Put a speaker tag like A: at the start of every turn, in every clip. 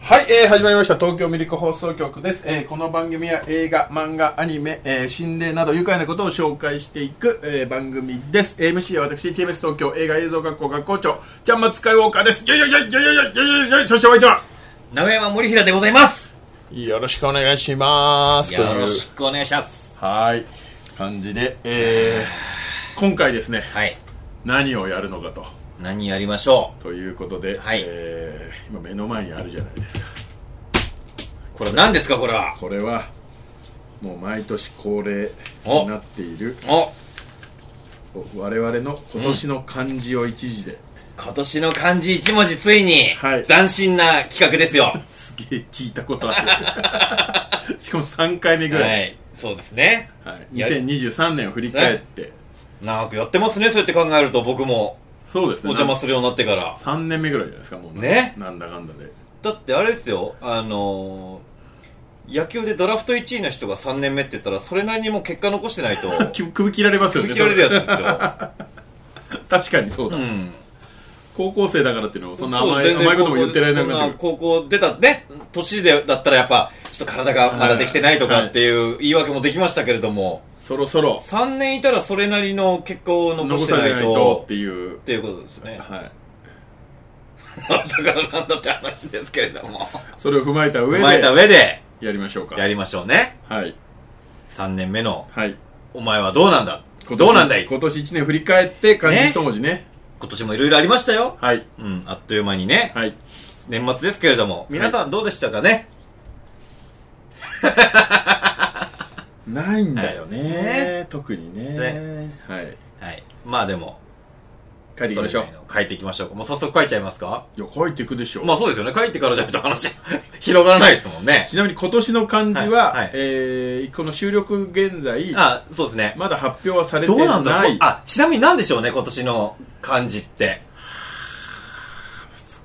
A: はい、えー始まりました東京ミリコ放送局です、えーこの番組は映画漫画アニメ、えー心霊など愉快なことを紹介していく、えー番組ですえー MC は私 TBS 東京映画映像学校学校長ちゃんまつスカイウォーカーですよいよいよいよいよいよいよいよいよいそしてお相手は
B: 名古山森平でございます
A: よろしくお願いします
B: よろしくお願いします
A: はい感じで、えー今回ですね
B: はい
A: 何をやるのかと
B: 何やりましょ
A: ということで、
B: はい
A: えー今目の前にあるじゃないですか
B: うこれ何ですかこれは
A: これはもう毎年恒例
B: お
A: になっている
B: お
A: 我々の今年の漢字を一字で、
B: 今年の漢字一文字ついに、
A: はい
B: 斬新な企画ですよは
A: すげえ聞いたことあ るしかも3回目ぐらい、
B: いそうですね
A: はい
B: や
A: 2023年を振り返って
B: 長くやってますねそうやって考えると僕も
A: そうです
B: お
A: ね
B: 邪魔するようになってから
A: 3年目ぐらいじゃないですかもうな
B: ね
A: なんだかんだで
B: だってあれですよあのー野球でドラフト1位の人が3年目って言ったらそれなりにもう結果残してない と
A: き首切られ ますよね
B: 首切られるやつです
A: そ
B: よ、
A: れ確かにそうだ、
B: うん、
A: 高校生だからっていうのもそんな
B: そう
A: 甘い
B: 全然
A: 甘いことも言ってられなく
B: そ
A: なんってくる
B: 高校出たね、年でだったらやっぱ、ちょっと体がまだできてないとかっていう言い訳もできましたけれども、
A: そろそろ
B: 3年いたらそれなりの結果を残
A: 残
B: して
A: さ
B: な
A: れ
B: い
A: ないと
B: と
A: っ、ていう
B: っていうことです ね。
A: はい、
B: だからなんだって話ですけれども。
A: それを踏まえた上
B: 踏まえた
A: で
B: 上で、
A: やりましょうか
B: やりましょうね。
A: はい
B: 3年目の、
A: はい
B: お前はどうなんだどうなんだい
A: 今年1年振り返って漢字
B: ね
A: 一文字ね
B: 今年もいろいろありましたよ。
A: はい
B: うん、あっという間にね、
A: はい
B: 年末ですけれども、皆さんどうでしたかね
A: ないんだよね,、
B: ね
A: 特にね
B: ね
A: はい
B: はい。まあでも、
A: 書いていきましょう
B: それなりの書いていきましょう。もう早速書いちゃいますか
A: いや書いていくでしょう、
B: まあそうですよね。書いてからじゃないと話 広がらないですもんね。
A: ちなみに今年の漢字は、
B: はいはい
A: えーこの収録現在
B: あ、そうですね。
A: まだ発表はされて
B: どうなんだ
A: な
B: ろう
A: い
B: あ、ちなみになんでしょうね、今年の漢字って。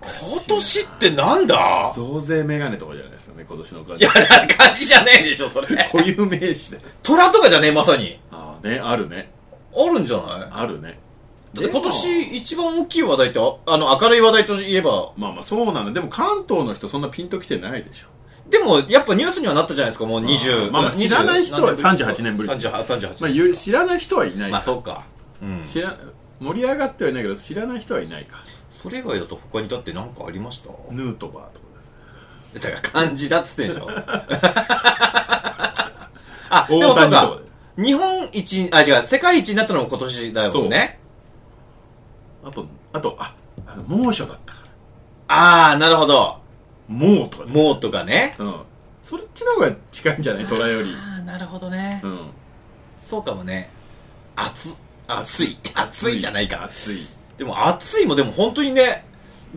B: 今年ってなんだ
A: 増税メガネとかじゃないですかね今年の漢
B: い
A: 字
B: や、漢字じゃねえでしょ、それ。
A: 固有名詞で
B: 虎とかじゃねえ、まさに。
A: ああねあるね
B: あるんじゃな
A: あるね
B: いだって今
A: でも
B: 年一番大きい話題って、ああの、明るい話題といえば、
A: まあまあそうなのでも関東の人そんなピンときてないでしょ
B: でも、やっぱニュースにはなったじゃないですか、もう
A: あー
B: 20。
A: まあまあ知らない人は38年ぶり
B: 38、38。
A: まあ言う知らない人はいない
B: まあそうか。うん。
A: 知ら盛り上がってはいないけど知らない人はいないか
B: それ以外だと他にだって何かありました
A: ヌートバーとかです
B: だから漢字だっつってん でしょあ、でもそ
A: 大谷と
B: うか
A: か。で
B: 日本一、あ、違う、世界一になったのも今年だよね。
A: あとあとああの猛暑だったから
B: あー、なるほど。
A: 猛とかね
B: もうとかね。
A: うんそっちの方が近いんじゃない虎より
B: あー、なるほどね
A: う。ん
B: そうかもね。暑、暑い。暑いじゃないか。
A: 暑い
B: でも暑いもでも本当にね、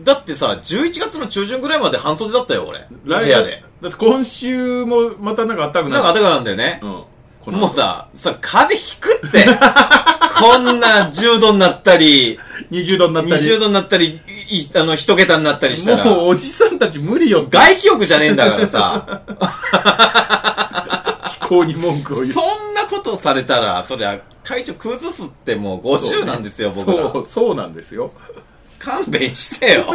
B: だってさ、11月の中旬ぐらいまで半袖だったよ、俺。部
A: 来
B: 屋で。
A: だって今週もまたなんかあったく
B: な
A: なんっ
B: か暖かなんだよね
A: た。うんこの
B: もうさ、さ、風邪ひく って。こんな10度になったり、
A: 20度になったり
B: 20度になったり、いいあの、一桁になったりしたら、
A: もうおじさんたち無理よ
B: 外気浴じゃねえんだか らさ、
A: 気候に文句を言う
B: そんなことされたら、そりゃ、体調崩すってもう50なんですよ、僕
A: そ
B: ら。
A: うそうなんですよ
B: 勘弁し てよ。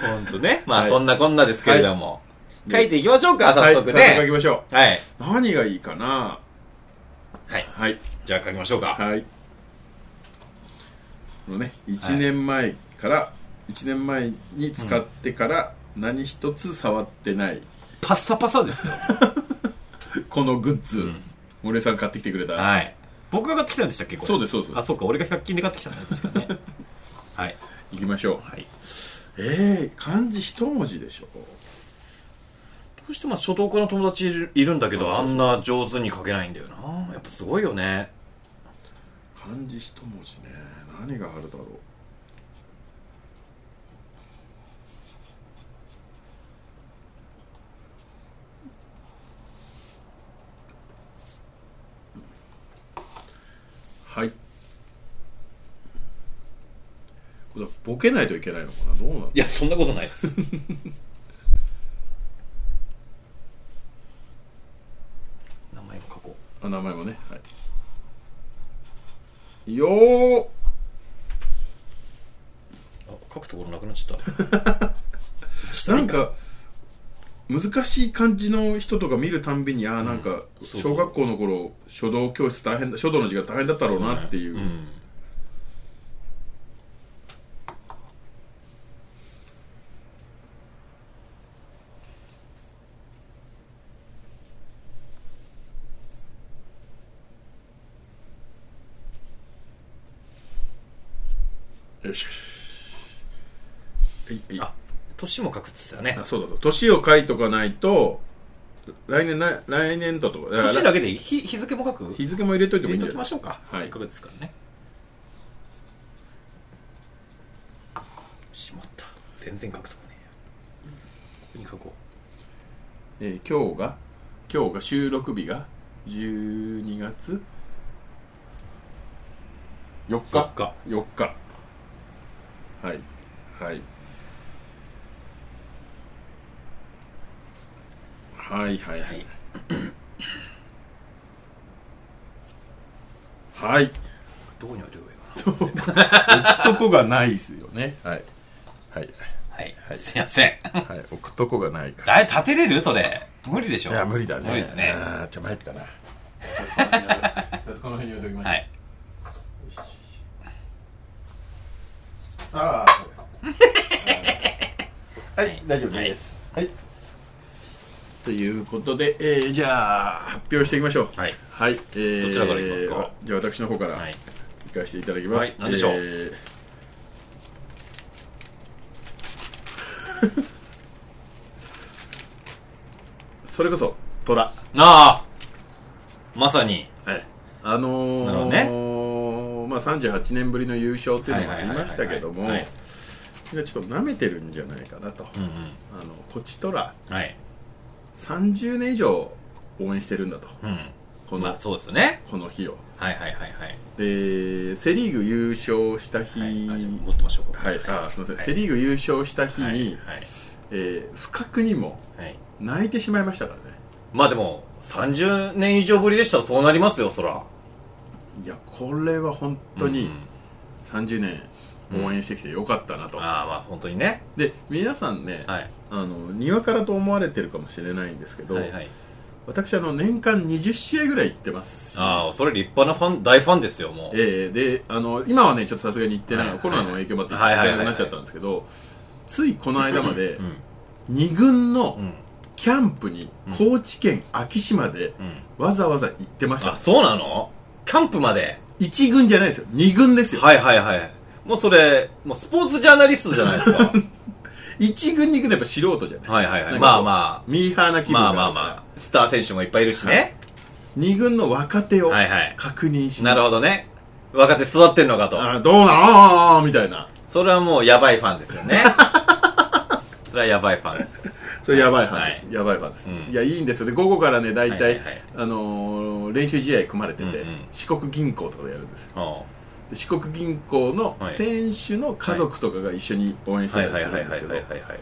B: ほんとね。まあ、
A: はい
B: そんなこんなですけれども。
A: はい
B: 書いていきましょうか、
A: はい
B: 早
A: 早
B: 速
A: 速
B: ね。は
A: 書
B: い
A: き。ましょ
B: はい。
A: う何がいいかなはい
B: じゃあ書きましょうか。
A: はい。このね、1年前から、一1年前に使ってから何一つ触ってない、
B: パッサパサですよ。
A: このグッズ、森さん買ってきてくれた。
B: はい。僕が買ってきたんでしたっけこれ
A: そうですそうです
B: あ、そうか。俺が100均で買ってきたんだね。確 かね。はい。
A: 行きましょう。
B: はい。
A: えー、漢字一文字でしょ。
B: どうしても書道家の友達いるいるんだけど、
A: あ
B: あんな上手に書けないんだよな。やっぱすごいよね。
A: 漢字一文字ね。何があるだろう。はい。これはボケないといけないのかな。どうなの
B: いや、そんなことないです。 名前も書こう。
A: あ名前もね。はい。よー
B: あ、ちょっと
A: ななんか難しい感じの人とか見るたんびにああなんか
B: そう
A: 小学校の頃書道教室大変だ書道の授業大変だったろうなっていう、
B: うん
A: よしよしはいはい
B: あ年も書くっつってたね
A: あそうだそう年を書いとかないと来年な来年度とかだから
B: 年だけでいい日日付も書く
A: 日付も入れといても
B: 入
A: いい
B: れ
A: んじゃな
B: ときま
A: い
B: しょうか
A: はい
B: せっかくですからねしまった全然書くとこねえやここに書こ
A: えー今日が今日が収録日が12月4
B: う
A: 日
B: か
A: 4日はいはいはいはいはいはい
B: どこに置いておけばいいか な
A: 置くとこがないですよねはいはい
B: はい、すいません
A: はい置くとこがないから
B: だい立てれるそれ無理でしょ
A: いや無理だね
B: 無理だね
A: あーちょっと参ったなとりあえずこの辺に置いときましょう
B: はい
A: あ あはい、大丈夫です。はい。ということで、えーじゃあ、発表していきましょう。
B: はい
A: はい。えー
B: どちらからいきますか
A: じゃあ、私の方から、
B: はい
A: 行かせていただきます。
B: はい何でしょう
A: えー それこそ、虎。
B: なあまさに
A: はい、あのー
B: なるほ
A: まあ、38年ぶりの優勝っていうのもありましたけども、
B: はいはいはいはいはい
A: みんなちょっと舐めてるんじゃないかなと、
B: うんう
A: あのこちとら
B: んはい
A: 30年以上応援してるんだと、
B: うん
A: この,、
B: まあそうですよね
A: この日を。
B: はいはいはいはい
A: で、セ・リーグ優勝した日、
B: はい
A: は
B: あ
A: い
B: じゃあ持ってましょうか
A: あすみません、
B: はい
A: セ・リーグ優勝した日に、
B: はいはい
A: えー不覚にも
B: はい
A: 泣いてしまいましたからね、
B: まあでも30年以上ぶりでしたらそうなりますよそら
A: いや、これは本当
B: う
A: に
B: ん
A: 30年応援してきてよかったなと。
B: ああまあ本当にね
A: で皆さんね、
B: はい
A: あのにわかだと思われてるかもしれないんですけど、
B: はいはい
A: 私あの年間20試合ぐらい行ってますし
B: ああそれ立派なファン大ファンですよもう
A: えーであの今はねちょっとさすがに行ってない、
B: はい
A: コロナの影響もあって行
B: はい
A: っ
B: は
A: て
B: い
A: なくなっちゃったんですけど、ついこの間まで
B: うん
A: 2軍の
B: うん
A: キャンプに
B: うん
A: 高知県昭島で
B: うん
A: わざわざ行ってまし
B: あ
A: た、
B: そうなのキャンプまで
A: 1軍じゃないですよ2軍ですよ、
B: はいはいはいもうそれもうスポーツジャーナリストじゃないで すか
A: 1軍に行くのはやっぱ素人じゃない、
B: はいはい
A: なんか
B: は
A: こ
B: いうまあまあ
A: ミーハーな気分
B: ま
A: が
B: あまあまあスター選手もいっぱいいるしね
A: 2軍の若手を
B: はいはい
A: 確認しに
B: なるほどね若手育ってんのかと
A: あどうなのみたいな
B: それはもうやばいファンです よねそれはやばいファンですよ
A: それやばい班です、
B: は
A: やばい班です、
B: うん
A: いやいいんですよで午後からね大体、
B: はいはいはい
A: あのー練習試合組まれてて、
B: うんうん
A: 四国銀行とかでやるんですよ
B: おう
A: で四国銀行の
B: はい
A: 選手の家族とかが一緒に応援して
B: は
A: た
B: い
A: り
B: はい
A: す
B: はい
A: るんで
B: は
A: すけ
B: いは
A: ど
B: いはい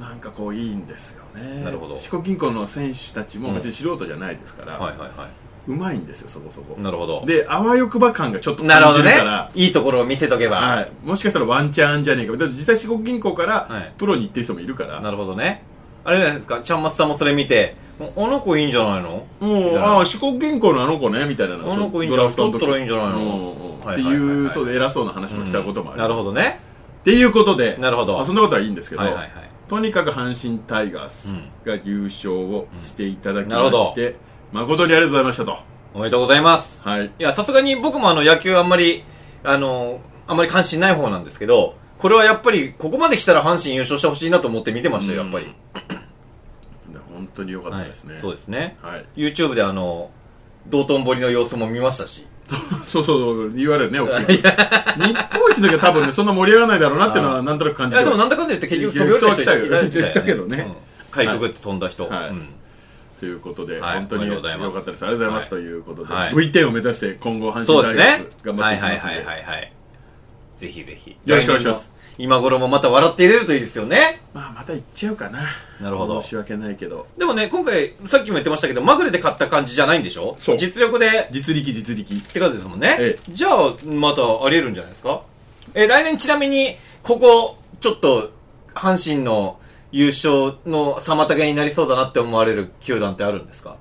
A: なんかこういいんですよね
B: なるほど
A: 四国銀行の選手たちも別に素人じゃないですから、
B: はいはいは
A: うまいんですよそこそこ
B: いなるほど
A: であわよくば感がちょっと
B: なる
A: 感
B: ほ
A: じ
B: ど
A: る
B: ね
A: から
B: いいところを見せとけば、
A: はい、もしかしたらワンチャンあんじゃねえかだって実際四国銀行か
B: は
A: ら
B: い
A: プロに行ってる人もいるから、
B: なるほどねあれじゃないですかちゃんまつさんもそれ見ておあの子いいんじゃないの
A: もう、
B: だから
A: ああ、四国銀行のあの子ね、みたいなが
B: あの子いいん
A: ド
B: じ
A: ラ
B: ゃない
A: フトの時
B: 取ったらいいんじゃないの
A: うんうん
B: は
A: って
B: いはいはいはい
A: いう、そうで偉そうな話もしたこともある。
B: なるほどね
A: っていうことで、
B: なるほど
A: あそんなことはいいんですけど、
B: はいはいはい
A: とにかく阪神タイガース
B: うん
A: が優勝をしていただき
B: な
A: ま
B: るほど
A: して、誠にありがとうございましたと。
B: おめでとうございます
A: はい。
B: いやさすがに僕もあの野球あんまりあのあんまり関心ない方なんですけどこれはやっぱりここまで来たら阪神優勝してほしいなと思って見てましたよやっぱり、
A: 本当に良かったですね。
B: はいそうですね
A: はい。
B: YouTube であの道頓堀の様子も見ましたし
A: そうそう、言われるね、大きい日本一の時は多分ね、そんな盛り上がらないだろうなっていうのは、なんとなく感
B: い
A: じて
B: やで
A: る
B: もなんだかんだ言って結局飛び降りた人いたよね
A: 人は来たよ人は来たけどね
B: うん、かいくぐって飛んだ人、
A: はい
B: うん
A: ということで、
B: はい
A: 本当に
B: おめで
A: 良
B: とうございます
A: かったです。ありがとうございます。ということで、
B: はい
A: V10 を目指して今後、阪
B: そ
A: 神
B: うで
A: タ
B: す
A: イ
B: ね
A: ガース頑張っ
B: は
A: てい
B: い
A: きま
B: はい
A: すの
B: は
A: で
B: いはいはいぜひぜひ
A: よろしくお願いします
B: 今頃もまた笑っていれるといいですよね
A: まあ、また行っちゃうかな。
B: なるほど
A: 申し訳ないけど。
B: でもね今回さっきも言ってましたけどまぐれで買った感じじゃないんでしょ
A: そう
B: 実力で
A: 実力、実力。
B: ってことですもんね、
A: え
B: じゃあまたありえるんじゃないですかえ来年ちなみにここちょっと阪神の優勝の妨げになりそうだなって思われる球団ってあるんですか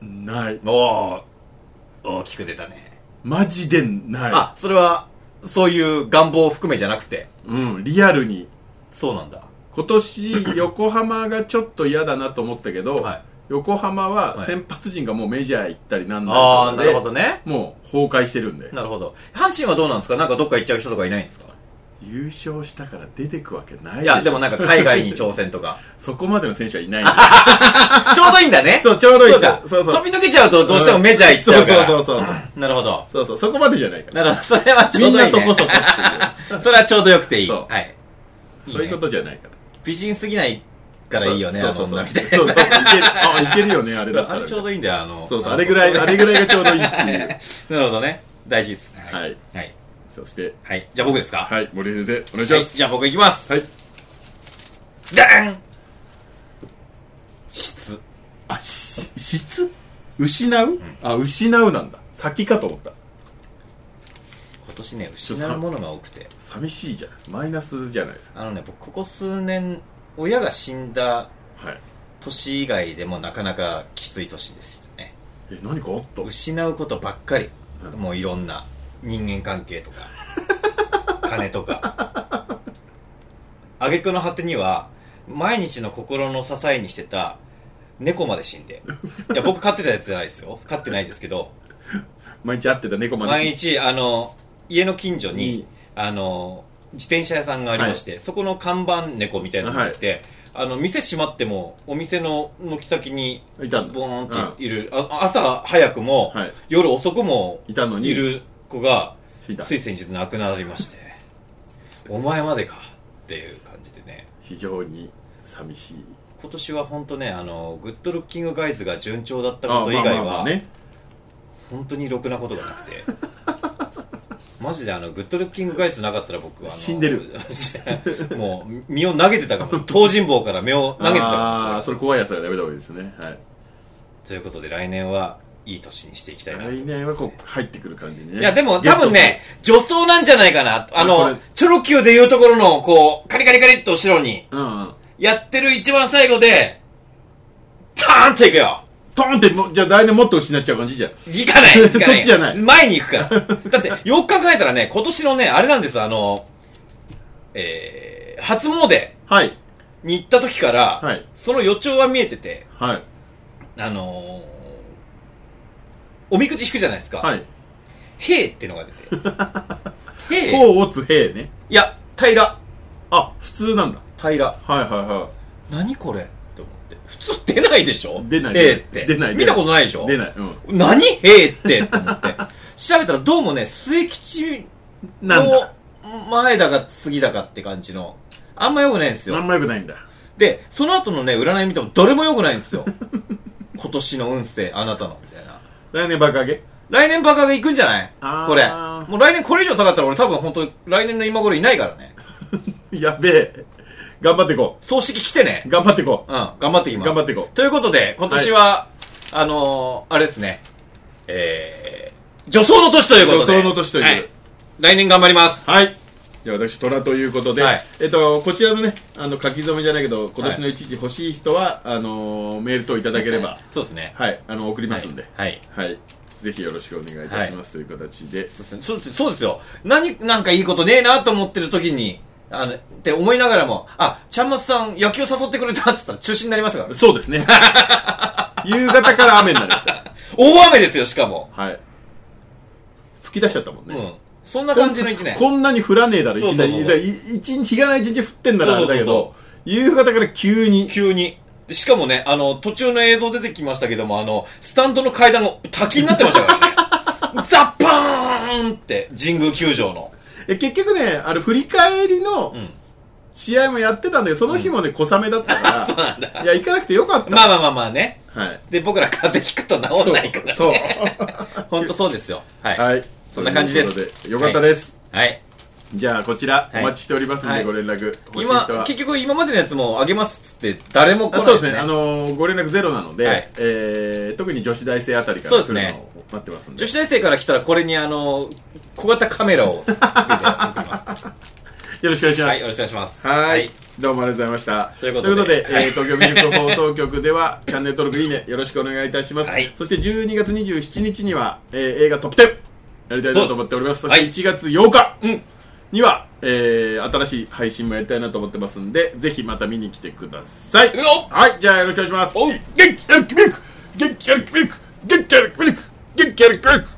A: ない。
B: おお大きく出たね。
A: マジでない。
B: あ、それは、そういう願望を含めじゃなくて、
A: うん、リアルに。
B: そうなんだ。
A: 今年、横浜がちょっと嫌だなと思ったけど、
B: はい
A: 横浜は
B: はい
A: 先発陣がもうメジャー行ったりなんなり
B: ああ、
A: とか
B: な
A: で
B: るほどね。
A: もう崩壊してるんで。
B: なるほど。阪神はどうなんですかなんかどっか行っちゃう人とかいないんですか
A: 優勝したから出てくわけない
B: い
A: でしょ
B: や、でもなんか海外に挑戦とか。
A: そこまでの選手はいないんで
B: ちょうどいいんだね。
A: そう、ちょうどいい
B: そう
A: じゃ
B: か
A: ん。。そうそう。
B: 飛び抜けちゃうとどうしてもメジャー行っちゃうから。
A: そうそうそうそう。
B: なるほど。
A: そうそう、そこまでじゃないから。
B: なるほど。それはち
A: み
B: ょうんどいい、
A: なそこ
B: ね。
A: そこっていう。
B: それはちょうどよくていい。
A: そう
B: はい。 いい
A: そ
B: ね
A: ういうことじゃないから。
B: 美人すぎないからいいよね、
A: そうそうそう。
B: あの
A: そう
B: 女
A: そうそうい
B: み
A: ける。あ、いけるよね、あれ
B: た
A: だっ
B: いな。
A: た
B: あ
A: ら
B: れ。ちょうどいいんだよ、あの。
A: そうそう、あれぐらい、あれぐらいがちょうどいいっていう。
B: なるほどね。大事です。。
A: はいい。
B: はい。
A: そして、
B: はい。じゃあ僕ですか
A: はい、森井先生、お願いし
B: は
A: ま
B: い。
A: す。
B: じゃあ僕行きます。
A: はい。
B: ダン質。
A: あ、し質失うあ、失うなんだ。先かと思った。
B: 今年ね、失うものが多くて。
A: 寂しいじゃん。マイナスじゃないですか。
B: あのね、僕、ここ数年、親が死んだ
A: はい。
B: 年以外でもなかなかきつい年でしたね。
A: え、何かあった
B: 失うことばっかり
A: うん
B: もういろんな人間関 係とか金とか挙句の果てには毎日の心の支えにしてた猫まで死 んでいや僕飼ってたやつじゃないですよ飼ってないですけど
A: 毎日会ってた猫まで。
B: 毎日あの家の近所
A: いい
B: にあの自転車屋さんがありまして、そこの看板猫みたいなのがいて、あの店閉まってもお店の軒先に
A: いたんだ
B: ボーンっている、あ朝早くも、
A: はい。
B: 夜遅くも
A: いたのに
B: いる子が
A: 死んだ
B: つ。い先日亡くなりましてお前までかっていう感じでね
A: 非常に寂しい。
B: 今年は本当ねあのグッドルッキングガイズが順調だったこと以外
A: あまあまあま
B: は
A: あね。
B: 本当にろくなことがなくてマジであのグッドルッキングガイズなかったら僕はあの
A: 死んでる
B: もう身を投げてたかも東尋坊から身を投げてたか
A: あ
B: も
A: ー
B: しれ
A: そ
B: な
A: れ
B: い
A: 怖いやつはやめた方がいいですね。はい。
B: ということで来年はいい年にしていきたいなと
A: 来年はこう入ってくる感じにね。
B: いや、でも多分ね、女装なんじゃないかな。あ
A: これ
B: の、チョロ Q でいうところの、こう、カリカリカリっと後ろに、
A: ゲットする。うんうん。
B: やってる一番最後で、ターンっていくよ
A: トーンってもう、じゃあ来年もっと失っちゃう感じじゃん。
B: 行 かない行かない
A: そっちじゃない
B: 前に行 くから。だって、よく考えたらね、今年のね、あれなんです、あの、えー、初詣
A: はい。
B: に行った時から、
A: はい
B: その予兆は見えてて、
A: はい。
B: あのー、おみくじ引くじゃないですか。
A: はい。
B: へーってのが出 て。へー
A: こう打つ兵ね。
B: いや、平。
A: あ、普通なんだ。
B: 平。
A: はいはいは
B: 何これって思って。普通出ないでしょ
A: 出ない
B: へーって。
A: 出ない
B: 見たことないでしょ
A: 出ないうん
B: 何へーってって思って。調べたらどうもね、末吉
A: い。なん
B: の
A: だ。
B: 前だか次だかって感じの。あんま良くないんです
A: あん
B: よ。
A: ま良くないんだ。
B: で、その後のね、占い見てもどれも良くない んですよ。今年の運勢、あなたの、みたいな。
A: 来年爆上げ
B: 来年バカが行くんじゃない
A: あー
B: これ。もう来年これ以上下がったら俺多分本当来年の今頃いないからね。
A: やべえ。頑張っていこ
B: 葬式来てね
A: う。。頑張っていこ
B: うん、頑張っていきます。
A: 頑張っていこう
B: ということで、今年は、あのー、あれですね、えー、女装の年ということで。
A: 女装の年という
B: はい来年頑張ります。
A: う。はい。じゃあ私、虎ということで、
B: はい
A: えっと、こちらのね、あの、書き初めじゃないけど、今年の一時欲しい人は、あのーメール等いただければ、
B: そうですね。
A: はい、あの、送りますんで、
B: はい。
A: はい。ぜひよろしくお願いいたしますという形で、
B: そうですねそうですそうですよ。何、なんかいいことねえなと思ってる時に、あの、って思いながらも、あ、ちゃんまつさん野球誘ってくれたって言ったら中止になりましたから。
A: そうですね。 夕方から雨になりました。
B: 大雨ですよ、しかも。
A: はい。吹き出しちゃったもん
B: う
A: ね。
B: ん。そんな感じの一年。
A: こんなに降らねえだろ、いきなり。
B: そう
A: だ
B: そう
A: か
B: そう
A: らい一日、日がない一日降ってんだらあ
B: そ
A: れ
B: う
A: だけ
B: そうそう
A: ど、夕方から急に。
B: 急に。でしかもね、あの、途中の映像出てきましたけども、あの、スタンドの階段が滝になってまし たからね。ザッパーンって、神宮球場の。
A: え結局ね、あれ、振り返りの
B: うん。
A: 試合もやってたんだけど、その日もね、小雨だった から、いや、行かなくてよかった。
B: まあまあまあまあね。
A: はい。
B: で、僕ら風邪ひくと治んないから、ね。
A: そう。
B: ほんとそうですよ。はい。
A: はい。
B: そんな感じです
A: ということよかったです。
B: はい。
A: じゃあ、こちら、お
B: はい
A: 待ちしておりますの
B: は
A: で、
B: い
A: ご連絡。欲しい人
B: 今
A: は、
B: 結局今までのやつもあげますっつって、誰も来
A: あ
B: ない
A: そう
B: で
A: ですすね、
B: ね。
A: あのーご連絡ゼロなので、
B: はい
A: えー特に女子大生あたりから来
B: そ
A: る
B: うです
A: の
B: ね
A: を待ってますんで
B: 女子大生から来たらこれにあの、小型カメラをつけて送ります。
A: よろしくお願いします。
B: はい、よろしくお願いします。
A: はいどうもありがとうございました。
B: ということで
A: えー東京ミルク放送局では、チャンネル登録、いいね、よろしくお願いいたします。
B: はい
A: そして12月27日には、えー映画トップ10、やりたいなと思っております。
B: そ
A: そう
B: です
A: して1月8日
B: うん
A: には、えー新しい配信もやりたいなと思ってますんで、ぜひまた見に来てください。
B: 行くぞ
A: はい、じゃあよろしくお願いします。
B: おう
A: 元気やる気ミルク元気やる気ミルク元気やる気ミルク元気やる気ミルク